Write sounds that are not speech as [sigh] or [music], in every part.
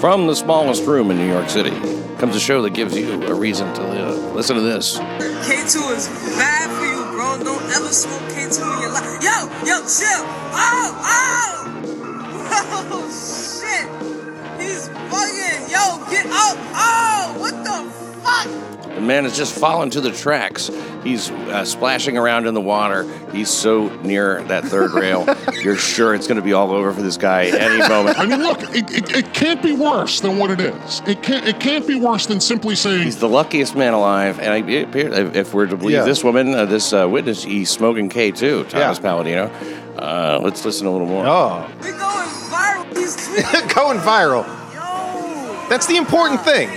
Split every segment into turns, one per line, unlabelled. From the smallest room in New York City comes a show that gives you a reason to live. Listen to this.
K2 is bad for you, bro. Don't ever smoke K2 in your life. Yo, yo, chill. Oh, oh. Oh, [laughs] shit. He's bugging. Yo, get up. Oh, what the fuck?
The man has just fallen to the tracks. He's uh, splashing around in the water. He's so near that
[laughs]
third rail. You're sure it's going to be all over for this guy any moment.
I mean, look, it, it, it can't be worse than what it is. It can't, it can't be worse than simply saying,
He's the luckiest man alive, and I, it appear- if- if we're to believe
Yeah.
this woman, uh, this uh, witness, he's smoking K too, Thomas
Yeah.
Palladino. Uh, let's listen a little more.
Oh, [laughs]
We going viral. He's tweeting.
going viral.
Yo.
That's the important thing.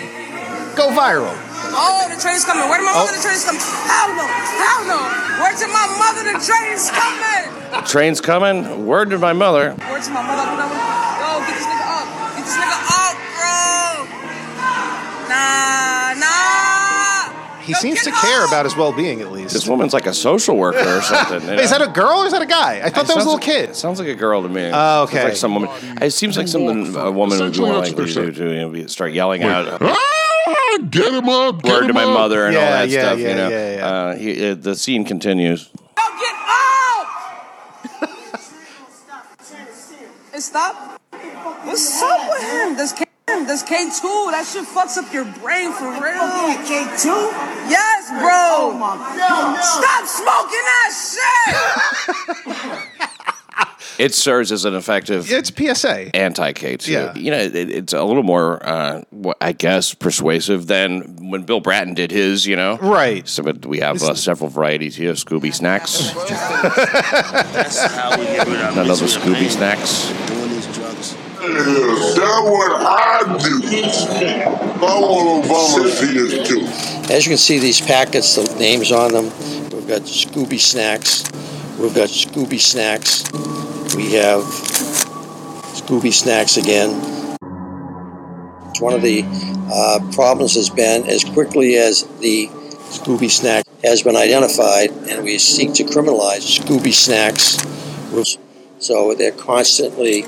Go viral.
Oh, the train's coming. Where did my
Oh.
mother the train's coming? Hell no. Hell no. Where did my mother the train's coming?
Train's coming. Word to my mother.
Where did my mother? Yo, get this nigga up. Get this nigga up, bro. Nah, nah.
He
Yo,
seems
get
to care
up.
about his well-being at
This
least.
woman's like a social worker
[laughs]
or something. you
Wait, is
know?
that a girl or is that a guy? I thought that was a little kid.
It sounds like a girl to me.
Oh,
It's
okay.
like some woman. It seems like something a woman would be
Essentially,
more
that's
likely to
what
do to you know, be- start yelling out.
ah, get him up. Get
Word
him
to my
up."
mother and all
Yeah,
that
yeah,
stuff. you
yeah,
know,
yeah, yeah.
Uh, he, uh, the scene continues.
Yo, get up. it stopped. What's up with him? This K, this K two. That shit fucks up your brain for real.
K2? Bro!
Yes,
Oh
bro.
my god.
Stop smoking [laughs] that
It serves as an effective
It's PSA.
anti K too.
Yeah.
You know, it, it's a little more, uh, wh- I guess, persuasive than when Bill Bratton did his. You know,
Right.
So, but we have uh, several varieties here: Scooby
[laughs]
snacks, another Scooby snacks.
Is that what I do? I want to volunteer too.
As you can see, these packets, the names on them, we've got Scooby Snacks, we've got Scooby Snacks, we have Scooby Snacks again. It's One of the uh, problems has been as quickly as the Scooby Snack has been identified, and we seek to criminalize Scooby Snacks. which- So they're constantly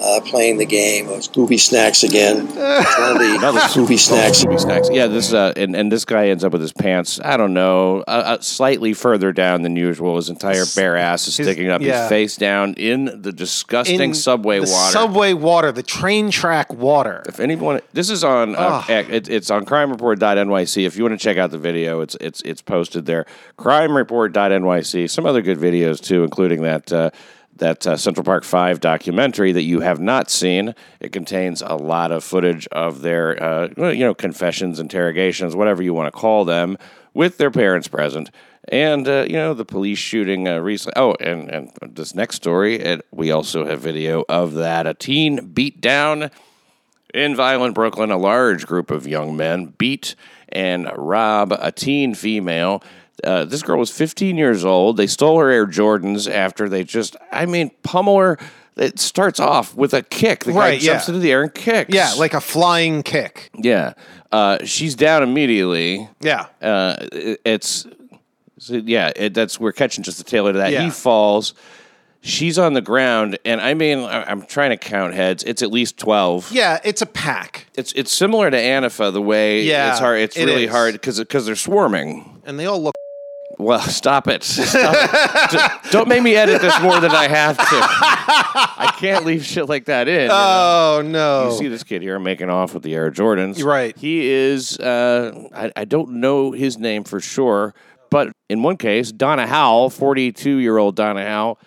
uh, playing the game of Scooby Snacks again. It's one of
[laughs]
the Scooby Snacks.
Scooby snacks. Yeah, this uh, and and this guy ends up with his pants. I don't know, uh, uh, slightly further down than usual. His entire bare ass is
His-
sticking up.
yeah.
His face down in the disgusting
In
subway
the
water.
Subway water, the train track water.
If anyone, this is on uh,
Ah.
it, it's on crimereport.nyc. If you want to check out the video, it's it's it's posted there. Crimereport.nyc. Some other good videos too, including that uh, that uh, Central Park Five documentary that you have not seen. It contains a lot of footage of their uh, well, you know confessions, interrogations, whatever you want to call them, with their parents present. And uh, you know the police shooting uh, recently. Oh, and and this next story, it, we also have video of that. A teen beat down in violent Brooklyn, a large group of young men beat and rob a teen female. Uh, this girl was 15 years old. They stole her Air Jordans after they just, I mean, pummel her. It starts off with a kick. The guy
Right, yeah.
jumps into the air and kicks.
Yeah, like a flying kick.
yeah. Uh, she's down immediately.
Yeah.
Uh, it- it's so, yeah. It, that's we're catching just the tail end of that. He
Yeah.
falls. She's on the ground, and I mean, I- I'm trying to count heads. It's at least 12
Yeah, it's a pack.
it's it's similar to Anifa the way
Yeah,
it's hard. It's
it
really
is.
hard because because they're swarming.
And they all look
Well, [laughs] stop it. Stop it. D- Don't make me edit this more than I have to. I can't leave shit like that in.
Oh
you
no.
see this kid here making off with the Air Jordans.
Right.
He is. Uh, I, I don't know his name for sure, but in one case, Donna Howell, forty-two-year-old Donna Howell,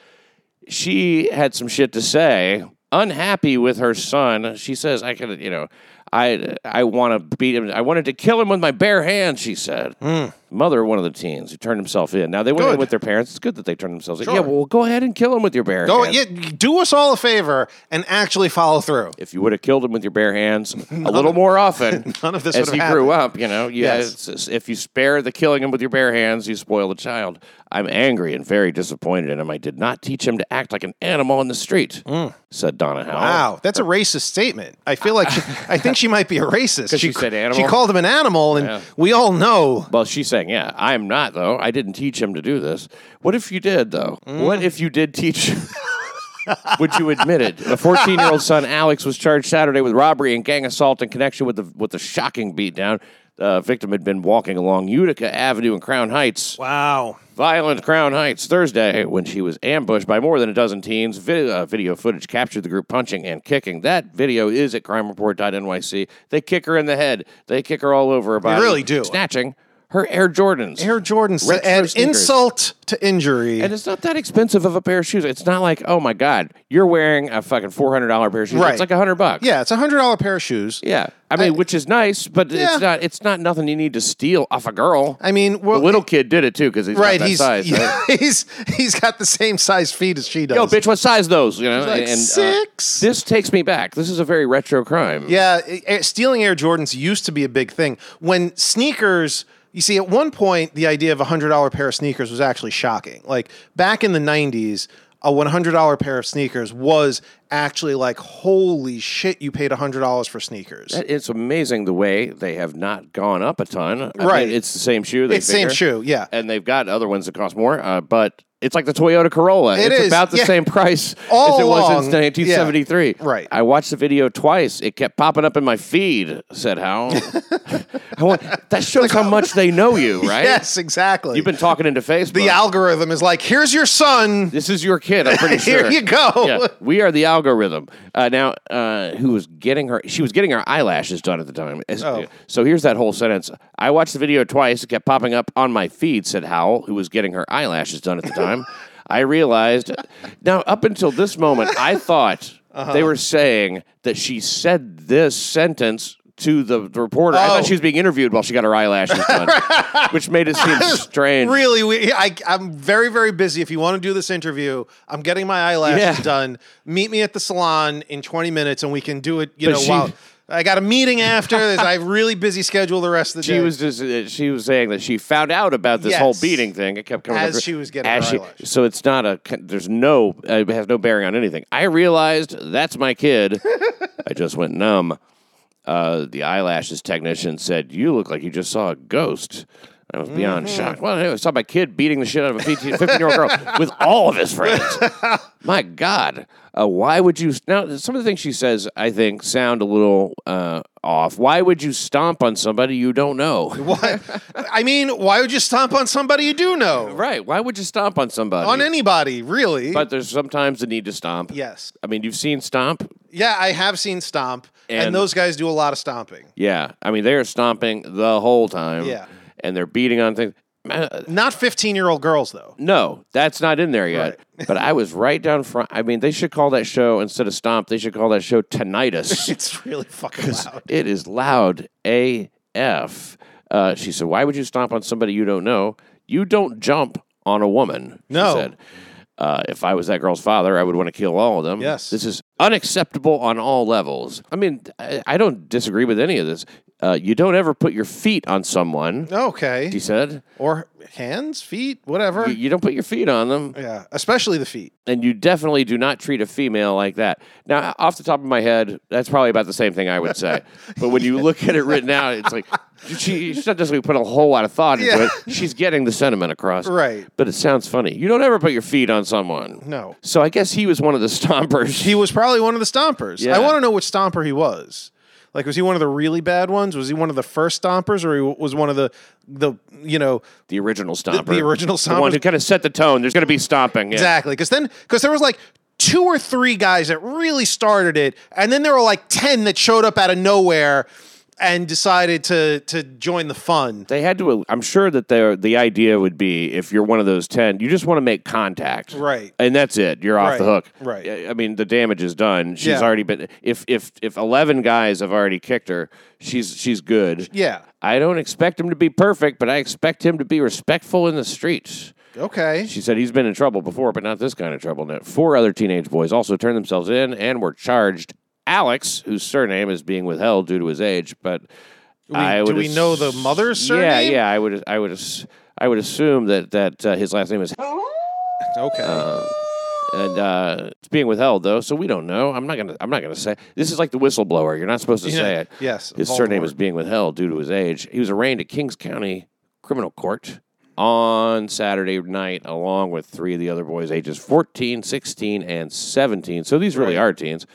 she had some shit to say. Unhappy with her son, she says, "I could, you know, I I want to beat him. I wanted to kill him with my bare hands." She said. Mother of one of the teens who turned himself in. Now they went in
Hmm. Good.
with their parents. It's good that they turned themselves in. Yeah, well, go ahead and kill him with your bare
Go
hands
yeah, do us all a favor and actually follow through.
if you would have killed him with your bare
[laughs]
hands a little more often,
none of this
as
would
he
have
grew up, you know, you,
Yes.
it's- it's- if you spare the killing him with your bare hands, you spoil the child. I'm angry and very disappointed in him. I did not teach him to act like an animal in the street," said Donna Howell.
Mm. Wow, that's a racist statement. I feel like she, I think she might be
[laughs]
a racist.
she said animal?
She called him an animal, and
Yeah.
we all know.
Well, she's saying, "Yeah, I'm not though. I didn't teach him [laughs] to do this. What if you did though? What if you did teach?" Would you admit it? A 14 year old son, Alex, was charged Saturday with robbery and gang assault in connection with the with the shocking beatdown. The victim had been walking along Utica Avenue in Crown Heights
Wow.
violent Crown Heights Thursday when she was ambushed by more than a dozen teens. Vid- uh, video footage captured the group punching and kicking. That video is at crimereport.nyc. They kick her in the head. They kick her all over her body.
really do.
Snatching her Air Jordans.
Air Jordans
Retro
and
sneakers.
insult to injury.
And it's not that expensive of a pair of shoes. It's not like, oh my God, you're wearing a fucking $400 pair of shoes.
Right.
It's like a 100 bucks.
yeah, it's a hundred dollar pair of shoes.
Yeah. I mean, which is nice, but
Yeah.
it's not it's not nothing you need to steal off a girl.
I mean, well,
the little kid did it too because he's
[laughs] right?
Not that
He's
size, right?
[laughs] he's he's got the same size feet as she does.
Yo, bitch, what size those? You know,
like
uh,
six.
this takes me back. This is a very retro crime.
Yeah, i- Air- stealing Air Jordans used to be a big thing. When sneakers, you see, at one point, the idea of a $100 pair of sneakers was actually shocking. Like back in the 90s, a $100 pair of sneakers was actually like, holy shit, you paid $100 for sneakers.
It's amazing the way they have not gone up a ton. I
Right.
mean, it's the same shoe. They
it's same
figure.
shoe, yeah.
and they've got other ones that cost more. Uh, but it's like the Toyota Corolla.
It
it's
is,
about the
yeah.
same price
All
as it was
along,
in 1973.
yeah, right.
I watched the video twice. It kept popping up in my feed. Said
[laughs]
how? [laughs] I want, that shows how much they know
[laughs]
you, right?
Yes, exactly.
You've been talking into Facebook.
the algorithm is like, here's your son.
This is your kid. I'm pretty
[laughs] Here
sure.
you go.
Yeah, we are the algorithm. Uh, now, uh, who was getting her? She was getting her eyelashes done at the time. As-
Oh.
So here's that whole sentence. I watched the video twice. It kept popping up on my feed. Said Howell, who was getting her eyelashes done at the
[laughs]
time. I realized. Now, up until this moment, I thought
Uh-huh.
they were saying that she said this sentence. To the the reporter, I
Oh.
thought she was being interviewed while she got her eyelashes
[laughs]
done, which made it seem strange.
Really, we, I, I'm very, very busy. If you want to do this interview, I'm getting my eyelashes
Yeah.
done. Meet me at the salon in 20 minutes, and we can do it. You
But
know,
she-
while I got a
[laughs]
meeting after. There's- I have really busy schedule the rest of the
She
day.
was just uh, she was saying that she found out about this
Yes.
whole beating thing. It kept coming
As
up-
she was getting her eyelashes.
so it's not a con- there's no uh, it has no bearing on anything. I realized that's my
[laughs]
kid. I just went numb. Uh, the eyelashes technician said, "You look like you just saw a ghost." I was beyond
Mm-hmm.
shocked. Well, anyway, I saw my kid beating the shit out of a 15-year-old
[laughs]
girl with all of his friends. My God, uh, why would you? Now, some of the things she says, I think, sound a little uh, off. Why would you stomp on somebody you don't know?
Why- I mean, why would you stomp on somebody you do know?
Right? Why would you stomp on somebody?
On anybody, really?
but there's sometimes the need to stomp.
yes,
I mean, you've seen stomp.
yeah, I have seen stomp, and,
And-
those guys do a lot of stomping.
Yeah, I mean, they're stomping the whole time.
Yeah.
and they're beating on things. Man,
Not 15 year old
[laughs]
girls though.
No, that's not in there yet. but I was right down front. I mean, they should call that show instead of stomp. They should call that show [laughs] tinnitus.
It's really fucking loud.
It is loud AF. Uh, she said, Why would you stomp on somebody you don't know? You don't jump on a woman. she
No.
said. Uh, if I was that girl's father, I would want to kill all of them.
Yes.
This is unacceptable on all levels. I mean, I, I don't disagree with any of this. Uh, you don't ever put your feet on someone, she
Okay,
said.
or hands, feet, whatever.
You, you don't put your feet on them.
yeah, especially the feet.
and you definitely do not treat a female like that. Now, off the top of my head, that's probably about the same thing I would
[laughs]
say. but when you look at it written out, it's like she, she's not just going to put a whole lot of thought into
Yeah.
it. She's getting the sentiment across.
Right.
But it sounds funny. You don't ever put your feet on someone.
No.
So I guess he was one of the stompers.
He was probably one of the stompers.
Yeah.
I want to know which stomper he was. Like, was he one of the really bad ones? Was he one of the first stompers, or he was one of the the you know
the original stomper.
the original
The one
stomper?
who kind of set the tone. There's going to be stomping. Yeah.
exactly? Because then because there was like two or three guys that really started it, and then there were like ten that showed up out of nowhere and decided to to join the fun.
They had to. I'm sure that the the idea would be if you're one of those ten, you just want to make contact,
Right.
And that's it. You're off the
Right,
hook,
right.
I- I mean, the damage is done. She's
Yeah.
already been. If if if eleven guys have already kicked her, she's she's good.
Yeah.
I don't expect him to be perfect, but I expect him to be respectful in the streets.
Okay.
She said he's been in trouble before, but not this kind of trouble. Now, four other teenage boys also turned themselves in and were charged. Alex, whose surname is being withheld due to his age, but I
do
would
we know the mother's surname?
Yeah, yeah. I would, I would, ass- I would assume that that uh, his last name is,
Okay.
and uh, it's being withheld though, so we don't know. I'm not gonna, I'm not gonna say. This is like the whistleblower. You're not supposed to
Yeah,
say it.
yes,
his surname
Voldemort.
is being withheld due to his age. He was arraigned at Kings County Criminal Court on Saturday night, along with three of the other boys, ages 14, 16, and 17. So these really are teens.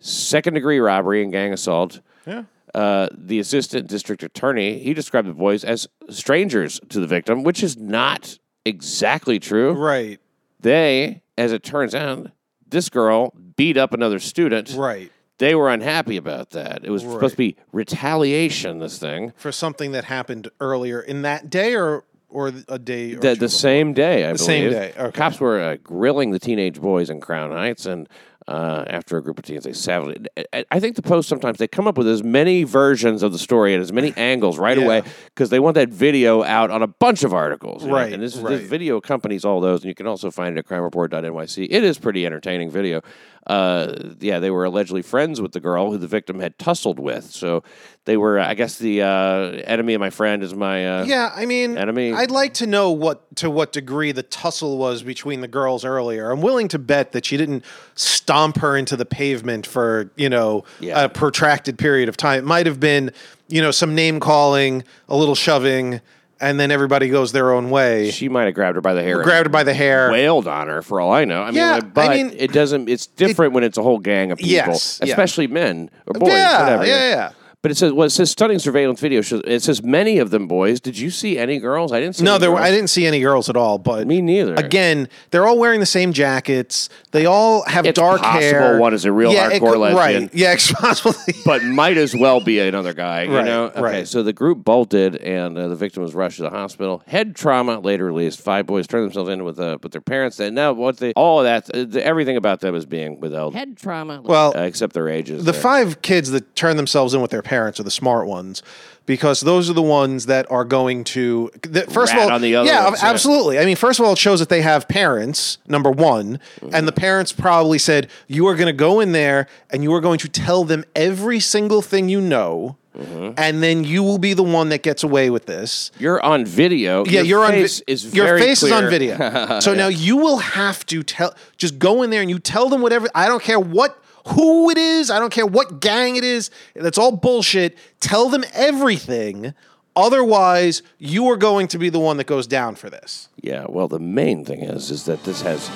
Second degree robbery and gang assault. Yeah. Uh, the assistant district attorney he described the boys as strangers to the victim, which is not exactly true
Right.
they, as it turns out, this girl beat up another student.
Right.
They were unhappy about that. It was supposed to be retaliation, this thing.
For something that happened earlier in that day or or a day or
The,
two
the same day, I believe.
same day, okay.
Cops were uh, grilling the teenage boys in Crown Heights, and uh, after a group of teens, they savagely. I, I think the Post sometimes they come up with as many versions of the story and as
[sighs]
many angles right
Yeah.
away because they want that video out on a bunch of articles. you know,
Right,
And this,
right.
this video accompanies all those, and you can also find it at crimereport.nyc. It is pretty entertaining video. Uh, yeah, they were allegedly friends with the girl who the victim had tussled with. So they were, I guess, the uh, enemy of my friend is my. Uh,
Yeah, I mean,
Enemy.
I'd like to know what to what degree the tussle was between the girls earlier. I'm willing to bet that she didn't stomp her into the pavement for you know
Yeah.
a protracted period of time. It might have been you know some name calling, a little shoving, and then everybody goes their own way.
She might have grabbed her by the hair. and
grabbed her by the hair.
wailed on her for all I know. I mean,
Yeah,
like, but
I mean-
it doesn't. It's different when it's a whole gang of people,
Yes, yeah.
especially men or boys.
Yeah,
whatever.
yeah, yeah.
But it says, well, it says stunning surveillance video. shows- It says many of them boys. Did you see any girls? I didn't see.
No,
any
there were,
girls.
I didn't see any girls at all. But
Me neither.
Again, they're all wearing the same jackets. They all have
It's
dark
possible
hair.
one is a real
it
hardcore
could-
lesbian.
Right? Yeah, it's [laughs] possible.
But might as well be another guy, you
Right,
know. Okay,
right.
so the group bolted, and uh, the victim was rushed to the hospital. Head trauma, later released. Five boys turned themselves in with uh, with their parents, and now what they all of that, uh, the, everything about them is being withheld,
Head trauma.
well,
uh, except their ages.
Oh. the
there.
five kids that turn themselves in with their parents are the smart ones because those are the ones that are going to that, first
Rat
of all
on the other
yeah
ones, yeah.
absolutely i mean first of all it shows that they have parents number one and the parents probably said you are going to go in there and you are going to tell them every single thing you know
Mm-hmm.
and then you will be the one that gets away with this
You're on video.
yeah,
your
you're on vi-
face is
your
very
face is on
clear.
video. So now you will have to tell. Just go in there and you tell them whatever. I don't care what who it is. I don't care what gang it is. That's all bullshit. Tell them everything. Otherwise, you are going to be the one that goes down for this.
[laughs] Yeah, well, the main thing is, is that this has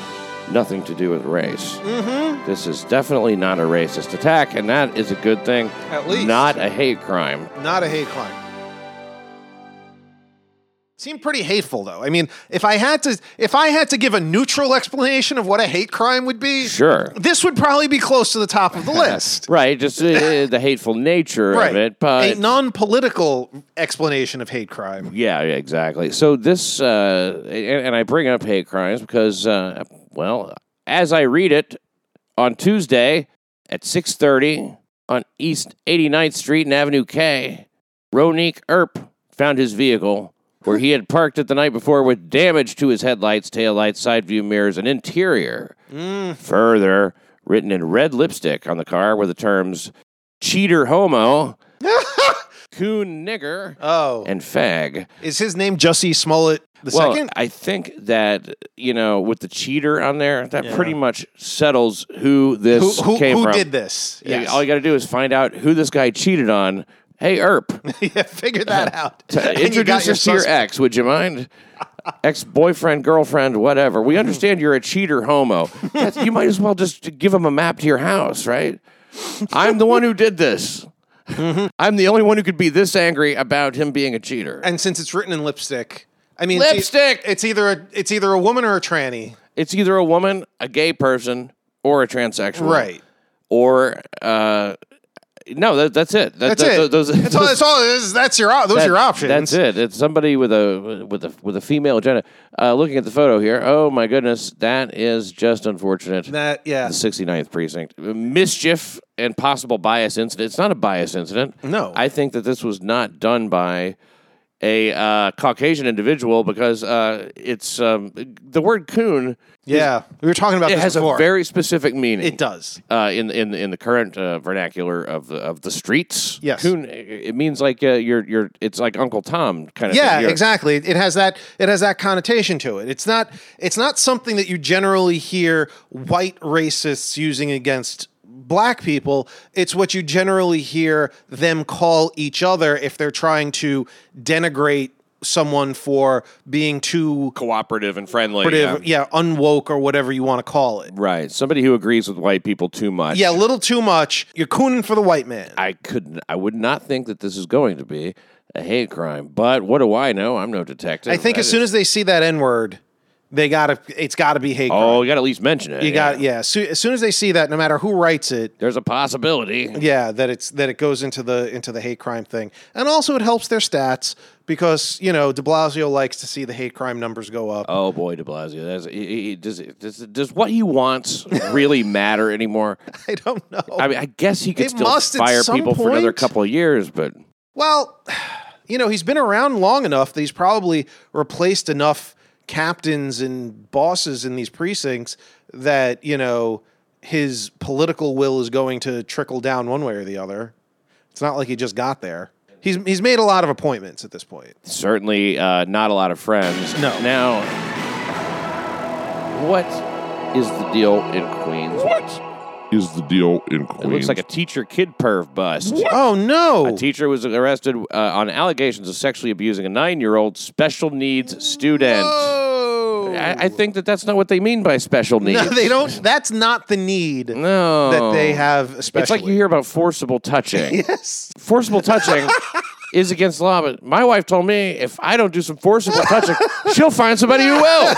nothing to do with race. Mm-hmm. This is definitely not a racist attack, and that is a good thing.
At least.
not a hate crime.
Not a hate crime. Seemed pretty hateful though. I mean, if I had to if I had to give a neutral explanation of what a hate crime would be,
Sure.
This would probably be close to the
[laughs]
top of the list.
Right, just uh, the hateful nature of it, but
a non-political explanation of hate crime.
Yeah, yeah, exactly. So this, uh, and, and I bring up hate crimes because, uh, well, as I read it on Tuesday at six thirty on East 89th Street and Avenue K, Ronique Earp found his vehicle where he had parked it the night before with damage to his headlights, taillights, side view mirrors, and interior. Further, written in red lipstick on the car were the terms cheater homo, coon nigger,
Oh,
and fag.
is his name Jussie Smollett the
Well,
second?
I think that you know, with the cheater on there, that pretty much settles who this
Who who,
came
who
from.
did this?
Yeah,
Yes.
All you got to do is find out who this guy cheated on. Hey, Erp,
[laughs] yeah,
[laughs]
figure that out.
t-
And you got
introduce us to your
suspect.
ex. Would you
[laughs]
mind? Ex boyfriend, girlfriend, whatever. We understand you're a cheater, homo. That's, you might as well just give him a map to your house, right? I'm the one who did this.
Mm-hmm.
I'm the only one who could be this angry about him being a cheater.
And since it's written in lipstick, I mean, it's e-
Lipstick!
It's, either a it's either a woman or a tranny,
it's either a woman, a gay person, or a transsexual,
right?
Or uh, no, that, that's it. That-
That's
that-
it.
Those, [laughs]
that's all. That's all. That's, that's your. op- Those
that-
are your options.
That's it. It's somebody with a with a with a female agenda. Uh, looking at the photo here, oh my goodness, that is just unfortunate.
That
the
yeah.
69th precinct mischief and possible bias incident. It's not a bias incident.
No.
I think that this was not done by a uh, Caucasian individual because uh, it's um, the word coon.
Yeah, we were talking about
It
this
has
before.
a very specific meaning.
it does.
Uh, in in in the current uh, vernacular of the of the streets,
Yes.
coon, it means like uh, you're you're. It's like Uncle Tom kind of. thing.
[laughs] yeah
You're-
exactly it has that it has that connotation to it it's not it's not something that you generally hear white racists using against black people it's what you generally hear them call each other if they're trying to denigrate someone for being too
cooperative and friendly.
cooperative, yeah. unwoke or whatever you want to call it.
Right. Somebody who agrees with white people too much.
Yeah, a little too much. You're cooning for the white man.
I couldn't. I would not think that this is going to be a hate crime. But what do I know? I'm no detective.
I think as soon as they see that N word, they gotta. It's gotta be hate crime.
oh, you got to at least mention it.
you got yeah. So, as soon as they see that, no matter who writes it,
There's a possibility.
yeah, that it's that it goes into the into the hate crime thing, and also it helps their stats because you know De Blasio likes to see the hate crime numbers go up.
Oh boy, De Blasio. That's, he, he- does, does does what he wants really matter anymore?
[laughs] I don't know.
I mean, I guess he could
It
still
Oh, must at
fire
some
people for another
point.
couple of years, but
Well, [sighs] you know, he's been around long enough that he's probably replaced enough captains and bosses in these precincts that, you know, his political will is going to trickle down one way or the other. It's not like he just got there. He's he's made a lot of appointments at this point.
certainly uh, not a lot of friends.
No.
Now, what is the deal in Queens?
What is the deal in
It
Queens?
looks like a teacher kid perv bust.
[laughs] Oh no.
A teacher was arrested uh, on allegations of sexually abusing a nine-year-old special needs student.
Oh.
I, I think that that's not what they mean by special needs.
[laughs] no, they don't that's not the need
No,
that they have especially.
It's like you hear about forcible touching.
[laughs] Yes.
Forcible touching is against the law, but my wife told me if I don't do some forcible touching, she'll find somebody who will.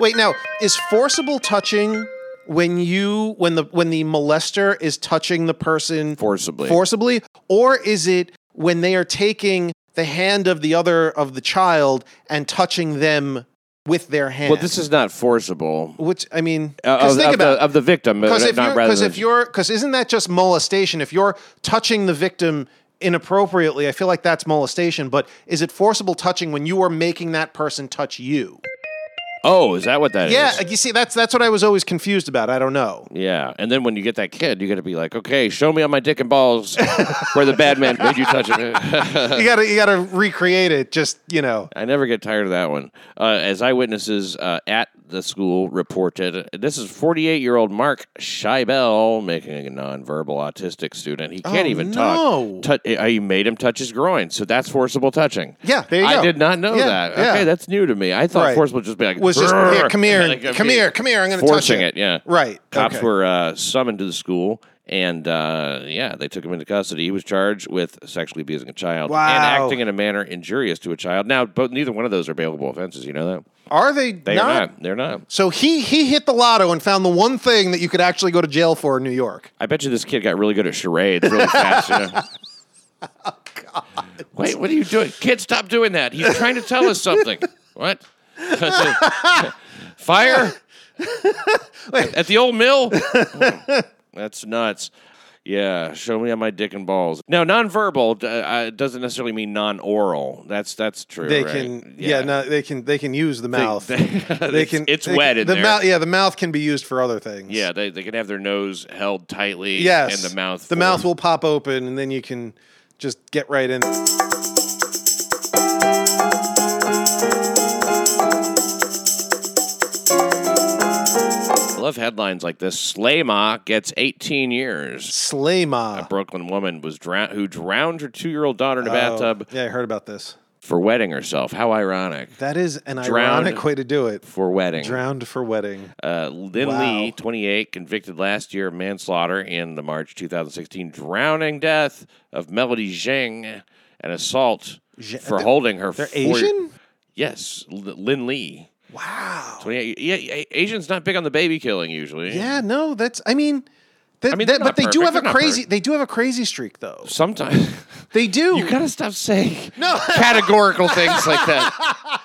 Wait, now is forcible touching when you when the when the molester is touching the person
Forcibly.
forcibly, or is it when they are taking the hand of the other of the child and touching them with their hand?
well, this is not forcible.
which I mean,
Uh,
because
of,
think
of
about
the, of the victim,
because
uh,
if
not
you're
rather
because
than-
if you're because isn't that just molestation? If you're touching the victim inappropriately, I feel like that's molestation. But is it forcible touching when you are making that person touch you?
oh, is that what that is?
Yeah, you see, that's that's what I was always confused about. I
[laughs]
don't know.
Yeah, and then when you get that kid, you got to be like, okay, show me on my dick and balls where the bad man made you touch it. [laughs]
You gotta you gotta recreate it. Just you know,
I never get tired of that one. Uh, as eyewitnesses uh, at the school reported, this is 48 year old Mark Scheibel making a nonverbal autistic student. He can't
Oh,
even
no.
talk. Tou- uh, he made him touch his groin, so that's forcible touching.
Yeah, there you
I
go.
did not know
Yeah,
that.
yeah.
Okay, that's new to me. I thought
Right.
forcible would just be like,
was just
"Brrr."
here, come here,
[laughs] Like, I'd
come
be
here, come here. I'm gonna touch
forcing
you.
it. Yeah,
Right.
Cops
Okay.
were uh, summoned to the school, and uh, yeah, they took him into custody. He was charged with sexually abusing a child and
Wow.
acting in a manner injurious to a child. Now, both neither one of those are bailable offenses. You know that
Are they,
they
not?
are not. They're not.
So he he hit the lotto and found the one thing that you could actually go to jail for in New York.
I bet you this kid got really good at charades really fast. You
[laughs]
know?
Oh,
Wait, what are you doing, kid? Stop doing that. He's trying to tell us something. What? [laughs] Fire at the old mill. That's nuts. Yeah, show me on my dick and balls. Now, nonverbal uh, uh, doesn't necessarily mean non-oral. That's that's true.
They
right?
can yeah. no they can they can use the
[laughs]
mouth.
they,
They,
it's-
can
It's
they
wet
can,
in
the
there.
mouth yeah, the mouth can be used for other things.
yeah, they, they can have their nose held tightly.
Yes.
and the mouth.
The
full.
mouth will pop open and then you can just get right in.
I love headlines like this. Slayma gets 18 years.
Slayma.
Brooklyn woman was drown- who drowned her two-year-old daughter
Oh.
in a bathtub
Yeah, I heard about this.
for wetting herself. How ironic.
That is an
Drowned.
ironic way to do it.
For wetting.
Drowned for wedding.
Uh, Lynn
Wow.
Lee, 28, convicted last year of manslaughter in the March 2016 drowning death of Melody Zheng and assault for holding her.
They're
four-
Asian?
Yes, L- Lynn Lee.
Wow.
28. Yeah, A- Asian's not big on the baby killing usually.
Yeah, no, that's I mean that,
I mean,
that-
they're
but
not
they do
perfect.
have
They're
a
not
crazy
perfect.
they do have a crazy streak though.
Sometimes. [laughs]
They do.
You gotta stop saying
[laughs] No.
categorical things like
[laughs]
that.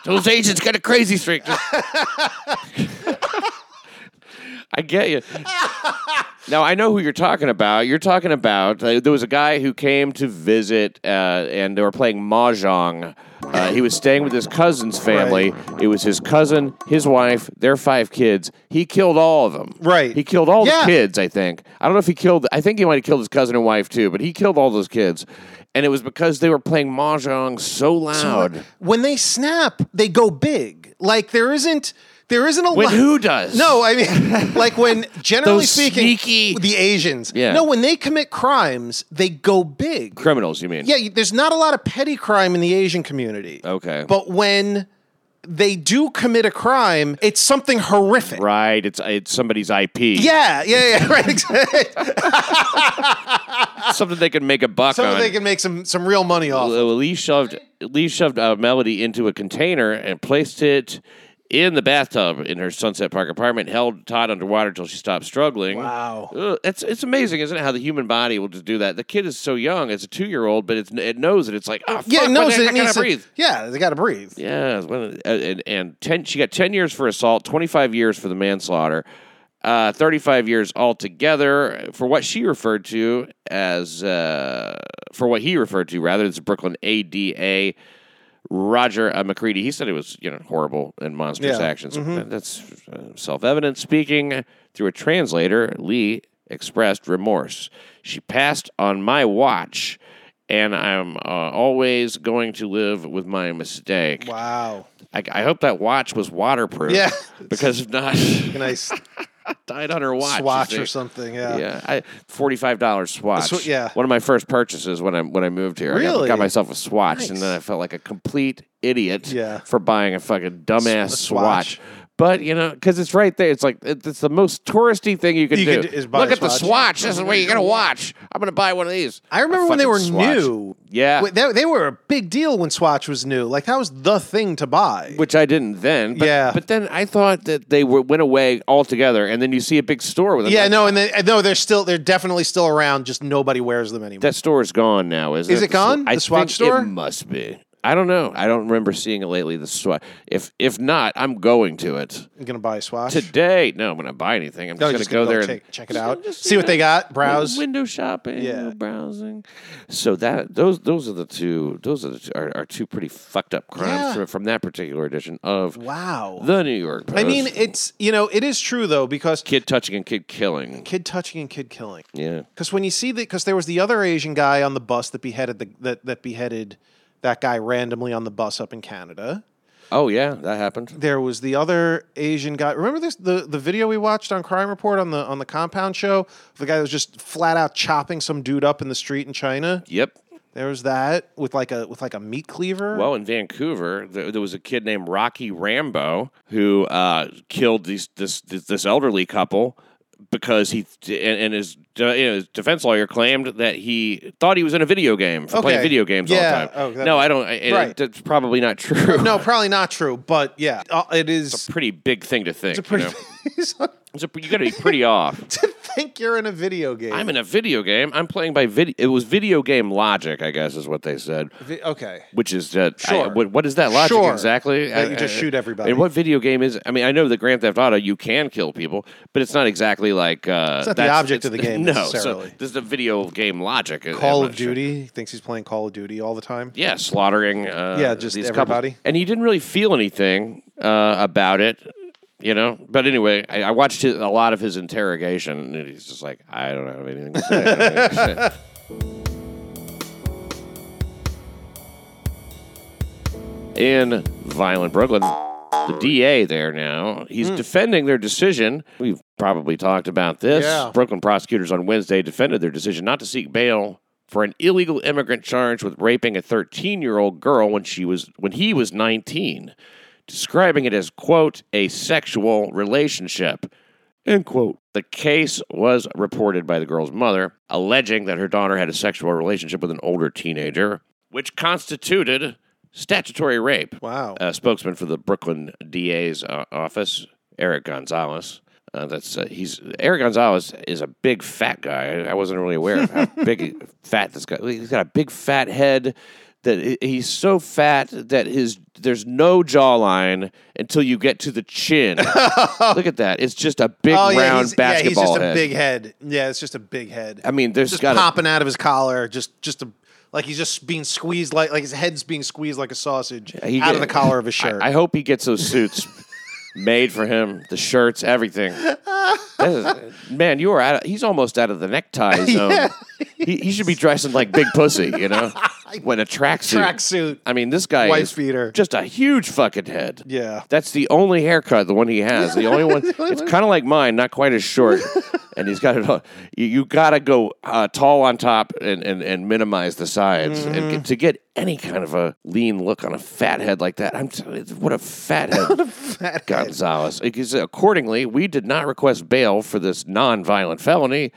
Those agents got a crazy streak. I get you. Now I know who you're talking about. You're talking about uh, there was a guy who came to visit, uh, and they were playing mahjong. Uh, he was staying with his cousin's family. It was his cousin, his wife, their five kids. He killed all of them.
Right.
He killed all
Yeah.
the kids. I think. I don't know if he killed. I think he might have killed his cousin and wife too. But he killed all those kids, and it was because they were playing mahjong so loud.
when they snap, they go big. Like there isn't There isn't a
When
lot.
who does?
No, I mean, [laughs] like when generally
Those
speaking,
sneaky-
the Asians.
Yeah.
No, when they commit crimes, they go big.
criminals. You mean?
yeah, you- there's not a lot of petty crime in the Asian community.
Okay.
But when they do commit a crime, it's something horrific.
Right. It's it's somebody's IP.
Yeah, yeah, yeah, [laughs] right. Exactly.
[laughs] Something they can make a buck
Something
on.
they can make some some real money off.
Well, Lee shoved Lee shoved uh, Melody into a container and placed it in the bathtub in her Sunset Park apartment. Held Todd underwater till she stopped struggling.
Wow.
Ugh, it's it's amazing, isn't it? How the human body will just do that. The kid is so young; it's a two year old, but it's, it knows it. It's like, oh, fuck,
Yeah, it
my neck,
knows that
I
it needs
gotta
to
breathe.
Yeah, they got to breathe.
Yeah, it's one of the- uh, and, and ten. She got ten years for assault, twenty five years for the manslaughter, uh, thirty five years altogether for what she referred to as uh, for what he referred to rather. It's Brooklyn ADA. Roger uh, McCready, he said it was you know horrible and monstrous
Yeah.
actions. That- That's uh, self evident. Speaking through a translator, Lee expressed remorse. She passed on my watch, and I'm uh, always going to live with my mistake.
Wow.
I, I hope that watch was waterproof.
Yeah.
[laughs] because if not, [laughs]
Nice
died on her watch.
swatch
you see.
or something. Yeah.
Yeah, I forty-five dollars Swatch.
Sw- yeah.
one of my first purchases when I when I moved here. I got- got,
Really?
myself a Swatch, and
Nice.
then I felt like a complete idiot.
Yeah.
for buying a fucking dumbass
Swatch.
Swatch. But you know, because it's right there. It's like it- it's the most touristy thing you can
You
do.
could- is buy
Look
a
at the
Swatch.
Swatch. This is where you're gonna watch. I'm gonna buy one of these.
I remember
A
when they
fucking
were
Swatch.
new.
Yeah.
Wait, They, they were a big deal when Swatch was new. Like that was the thing to buy.
which I didn't then. But,
Yeah.
but then I thought that they were, went away altogether, and then you see a big store with them.
yeah,
Like,
no, and they, uh, no, they're still they're definitely still around. Just nobody wears them anymore.
That store is gone now, isn't
Is
it?
it gone?
I
The Swatch
think
store?
It must be. I don't know. I don't remember seeing it lately. The Swatch. If if not, I'm going to it
I'm gonna buy a Swatch.
today. No, I'm going to buy anything. I'm
No,
just
you're
going to go, there
check,
and
check it out,
just,
see what they got, browse.
window shopping,
Yeah.
browsing. So that those those are the two. Those are, the two, are, are two pretty fucked up crimes
Yeah.
from, from that particular edition of
Wow.
the New York. Post.
I mean, it's you know it is true though because
kid touching and kid killing.
kid touching and kid killing.
Yeah.
Because when you see that, because there was the other Asian guy on the bus that beheaded the that that beheaded that guy randomly on the bus up in Canada.
Oh yeah, that happened.
there was the other Asian guy. Remember this the, the video we watched on Crime Report on the on the compound show? The guy that was just flat out chopping some dude up in the street in China.
Yep.
There was that with like a with like a meat cleaver.
Well, in Vancouver, there, there was a kid named Rocky Rambo who uh, killed these, this this this elderly couple because he and, and his, de- you know, his defense lawyer claimed that he thought he was in a video game for playing
Okay.
video games
Yeah.
all the
Oh,
time.
that-
no, I don't. I, it-
Right.
That's probably not true.
[laughs] no, probably not true, but yeah, uh, it is.
pretty big thing to think.
It's [laughs] a pretty.
you know?
it's a-
It's a- you got to be
[laughs]
pretty off.
to think you're in a video game.
I'm in a video game. I'm playing by video. It was video game logic, I guess, is what they said.
Vi- okay.
Which is that? I-
Sure.
what, what is that logic
Sure.
exactly?
That
I-
you just
I-
shoot everybody.
And what video game is? I mean, I know that Grand Theft Auto, you can kill people, but it's not exactly like uh,
not the
that's-
object of
it's-
the game
[laughs] No,
necessarily.
so this is a video game logic. I-
Call
I'm
of
not sure.
Duty thinks he's playing Call of Duty all the time.
Yeah, slaughtering. Uh,
Yeah, just
these couples.
everybody.
And you didn't really feel anything uh, about it, you know. But anyway, I, I watched his, a lot of his interrogation, and he's just like, I don't have anything to
[laughs]
say. I don't have anything to say." in violent Brooklyn. The DA there now, he's defending their decision. We've probably talked about this.
Yeah.
Brooklyn prosecutors on Wednesday defended their decision not to seek bail for an illegal immigrant charged with raping a 13-year-old girl when she was when he was 19, describing it as quote a sexual relationship. End quote. The case was reported by the girl's mother, alleging that her daughter had a sexual relationship with an older teenager, which constituted statutory rape.
Wow.
A Uh, spokesman for the Brooklyn DA's uh, office, Eric Gonzalez. Uh, that's uh, he's Eric Gonzalez is a big fat guy. I wasn't really aware
[laughs]
of how big fat this guy. He's got a big fat head. That he- he's so fat that his there's no jawline until you get to the
[laughs]
chin. Look at that! It's just a big round
oh yeah, he's, yeah, he's
basketball
just
head.
a big head. Yeah, it's just a big head.
I mean, there's
just
got
popping out of his collar, just just a, like he's just being squeezed like like his head's being squeezed like a sausage
he
out
did-
of the collar of his
[laughs]
shirt.
I hope he gets those suits made for him, the shirts, everything. That is- man, you
[laughs] [laughs]
are out. Of, he's almost out of the necktie zone. he, he should be dressing like Big Pussy, you know.
tight
when a tracksuit.
Tracksuit.
I mean, this guy
Wife
is
beater.
just a huge fucking head.
Yeah.
That's the only haircut, the one he has. [laughs] The only one. It's kind of like mine, not quite as [laughs] short. and he's got it. all- You, you got to go uh, tall on top and, and, and minimize the sides and get, to get any kind of a lean look on a fat head like that. I'm telling you, [laughs] what a fat head. Gonzalez. Because accordingly, we did not request bail for this non-violent felony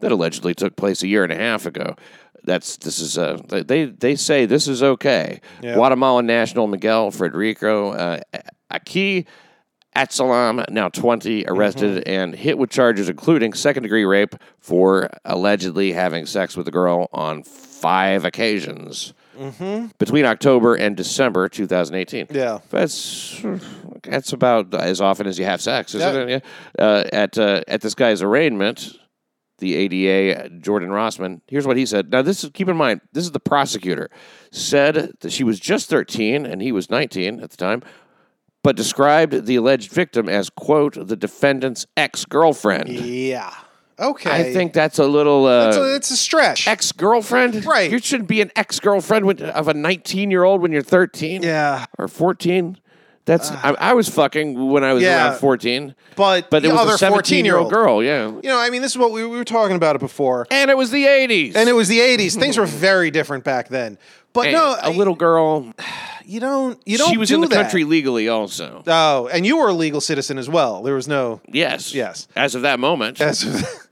that allegedly took place a year and a half ago. That's this is uh, they they say this is okay. Guatemalan national Miguel Federico uh, Aki Atsalam, now 20, arrested and hit with charges including second degree rape for allegedly having sex with a girl on five occasions between October and December 2018.
Yeah.
that's that's about as often as you have sex, isn't it? Yeah. Uh, at uh, at this guy's arraignment, the ADA Jordan Rossman. Here's what he said. Now this is keep in mind. This is the prosecutor said that she was just 13 and he was 19 at the time, but described the alleged victim as quote the defendant's ex girlfriend.
Yeah. Okay.
I think that's a little. Uh,
it's a, it's a stretch.
ex girlfriend?
Right.
You shouldn't be an ex girlfriend of a 19 year old when you're 13
yeah.
or 14. That's I, I was fucking when I was
Ah. Yeah.
around 14.
But
But it
the
was
other
a 17 year old girl, yeah.
You know, I mean, this is what we, we were talking about it before,
And it was the 80s.
and it was
[laughs]
the '80s. Things were very different back then. But
And
no,
a
I-
little girl.
You don't. You don't.
she was
do
in the
that.
country legally also.
Oh, and you were a legal citizen as well. There was no.
Yes.
Yes.
As of that moment.
As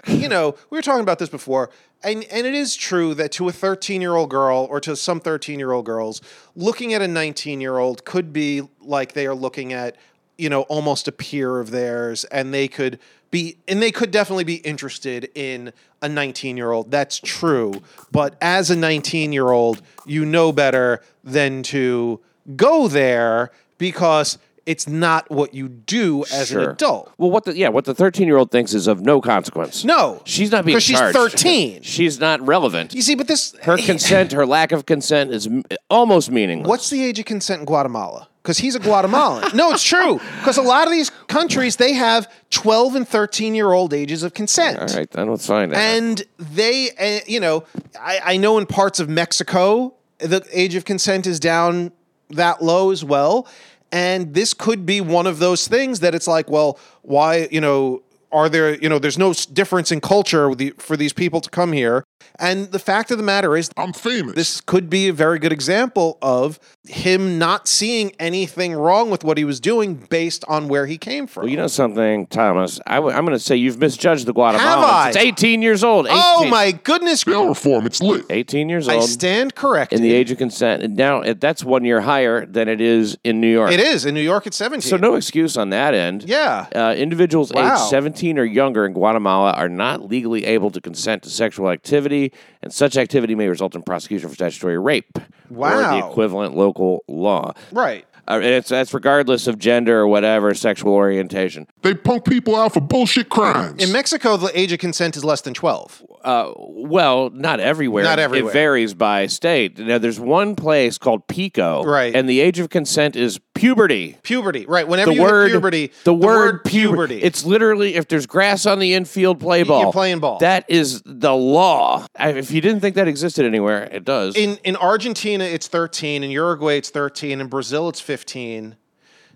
[laughs] you know, we were talking about this before, and and it is true that to a 13 year old girl or to some 13 year old girls, looking at a 19 year old could be like they are looking at you know almost a peer of theirs, and they could be and they could definitely be interested in a 19 year old. That's true, but as a 19 year old, you know better than to go there because. It's not what you do as an
Sure.
adult.
Well, what the yeah, what the thirteen year old thinks is of no consequence.
No.
she's not being
'Cause she's
charged. [laughs]
13.
she's not relevant.
You see, but this
Her consent, her lack of consent, is m- almost meaningless.
[laughs] What's the age of consent in Guatemala? Because he's a
[laughs]
Guatemalan. no, it's true. Because a lot of these countries they have twelve and thirteen year old ages of consent,
All right, then let's find out.
and they, uh, you know, I, I know in parts of Mexico the age of consent is down that low as well, and this could be one of those things that it's like, well, why, you know. Are there, you know, there's no s- difference in culture with the, for these people to come here. And the fact of the matter is,
I'm famous.
this could be a very good example of him not seeing anything wrong with what he was doing based on where he came from.
Well, you know something, Thomas? I w- I'm going to say you've misjudged the Guatemalans.
I?
It's 18 years old. 18,
oh my goodness,
Bail reform, it's lit.
18 years
I
old
stand corrected.
in the age of consent. And now it, that's one year higher than it is in New York.
it is in New York at 17.
So no excuse on that end.
Yeah.
Uh, individuals
Wow.
aged 17 or younger in Guatemala are not legally able to consent to sexual activity, and such activity may result in prosecution for statutory rape or the
Wow.
equivalent local law.
Right.
Uh, and it's, that's regardless of gender or whatever sexual orientation.
They punk people out for bullshit crimes.
In Mexico, the age of consent is less than 12.
Uh, well, not everywhere.
Not everywhere.
It varies by state. Now, there's one place called Pico,
Right.
And the age of consent is puberty.
Puberty, right. Whenever
The
you hit
word
puberty,
the, word, puberty. It's literally if there's grass on the infield, play ball.
playing ball.
That is the law. I, if you didn't think that existed anywhere, it does.
in, in Argentina, it's 13. In Uruguay, it's 13. In Brazil, it's 15.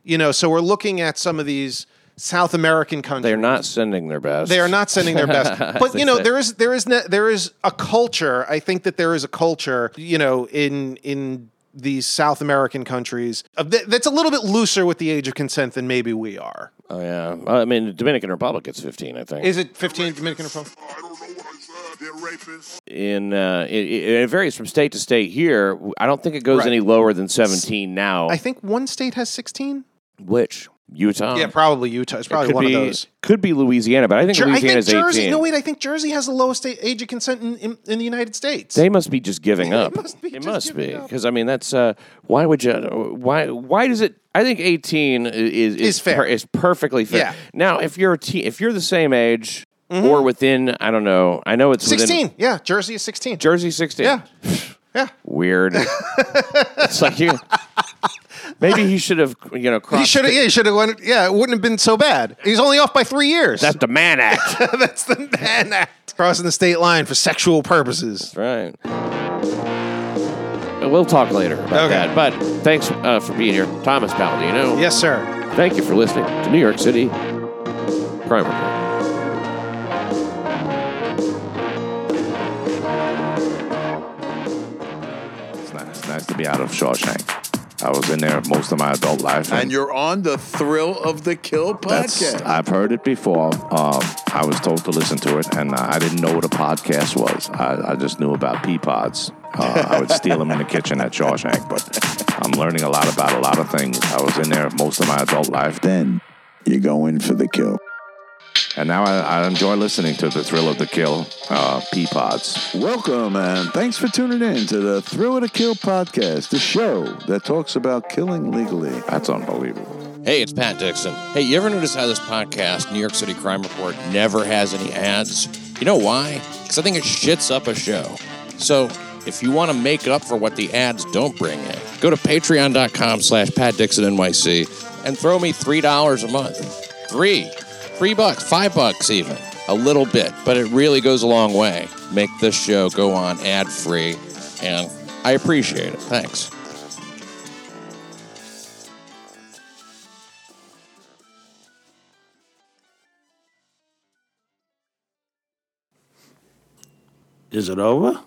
You know, so we're looking at some of these South American countries.
They're not sending their best.
They are not sending
[laughs]
their best. But you know, there is there is ne- there is a culture. I think that there is a culture. You know, in in these South American countries of th- that's a little bit looser with the age of consent than maybe we are.
Oh yeah. I mean, the Dominican Republic. It's 15, I think.
Is it fifteen Dominican Republic?
I don't know what I said. They're rapists.
in uh, it, it it varies from state to state. Here, I don't think it goes any lower than 17 now.
I think one state has sixteen.
Which Utah?
Yeah, probably Utah. It's probably
could
one
be,
of those.
Could be Louisiana, but I think
Jer- I think
Louisiana's
Jersey.
18.
No, wait. I think Jersey has the lowest a- age of consent in, in, in the United States.
They must be just giving up.
must be
it
just
must be
giving up.
because I mean that's uh, why would you why why does it? I think eighteen i- is is,
Is fair.
is perfectly fair.
Yeah. Mm-hmm.
Now if you're a teen, if you're the same age or within I don't know I know it's
sixteen.
within
yeah, Jersey is sixteen.
Jersey sixteen
yeah, yeah.
weird. it's like you. Maybe he should have you know crossed.
He should have. Yeah, he should have went. Yeah, it wouldn't have been so bad. He's only off by three
[laughs]
years.
that's the man act.
That's the man act. Crossing the state line for sexual purposes.
right. we'll talk later about
Okay.
that. But thanks uh, for being here, Thomas Palladino.
Yes, sir.
Thank you for listening to New York City Crime Report.
It's nice, it's nice to be out of Shawshank. I was in there most of my adult life.
And you're on the Thrill of the Kill
that's,
podcast.
I've heard it before. Um, I was told to listen to it, and I didn't know what a podcast was. I, I just knew about pea pods. Uh, I would steal them in the kitchen at Shawshank, but I'm learning a lot about a lot of things. I was in there most of my adult life,
Then you go in for the kill.
and now I, I enjoy listening to the thrill of the kill, uh, pea pods.
Welcome and thanks for tuning in to the Thrill It a Kill podcast, the show that talks about killing legally.
That's unbelievable.
Hey, it's Pat Dixon. Hey, you ever notice how this podcast, New York City Crime Report, never has any ads? You know why? Because I think it shits up a show. So if you want to make up for what the ads don't bring in, go to patreon.com slash Pat Dixon NYC and throw me $3 a month. Three. Three bucks, five bucks even. A little bit, but it really goes a long way. Make this show go on ad free, and I appreciate it. Thanks.
Is it over?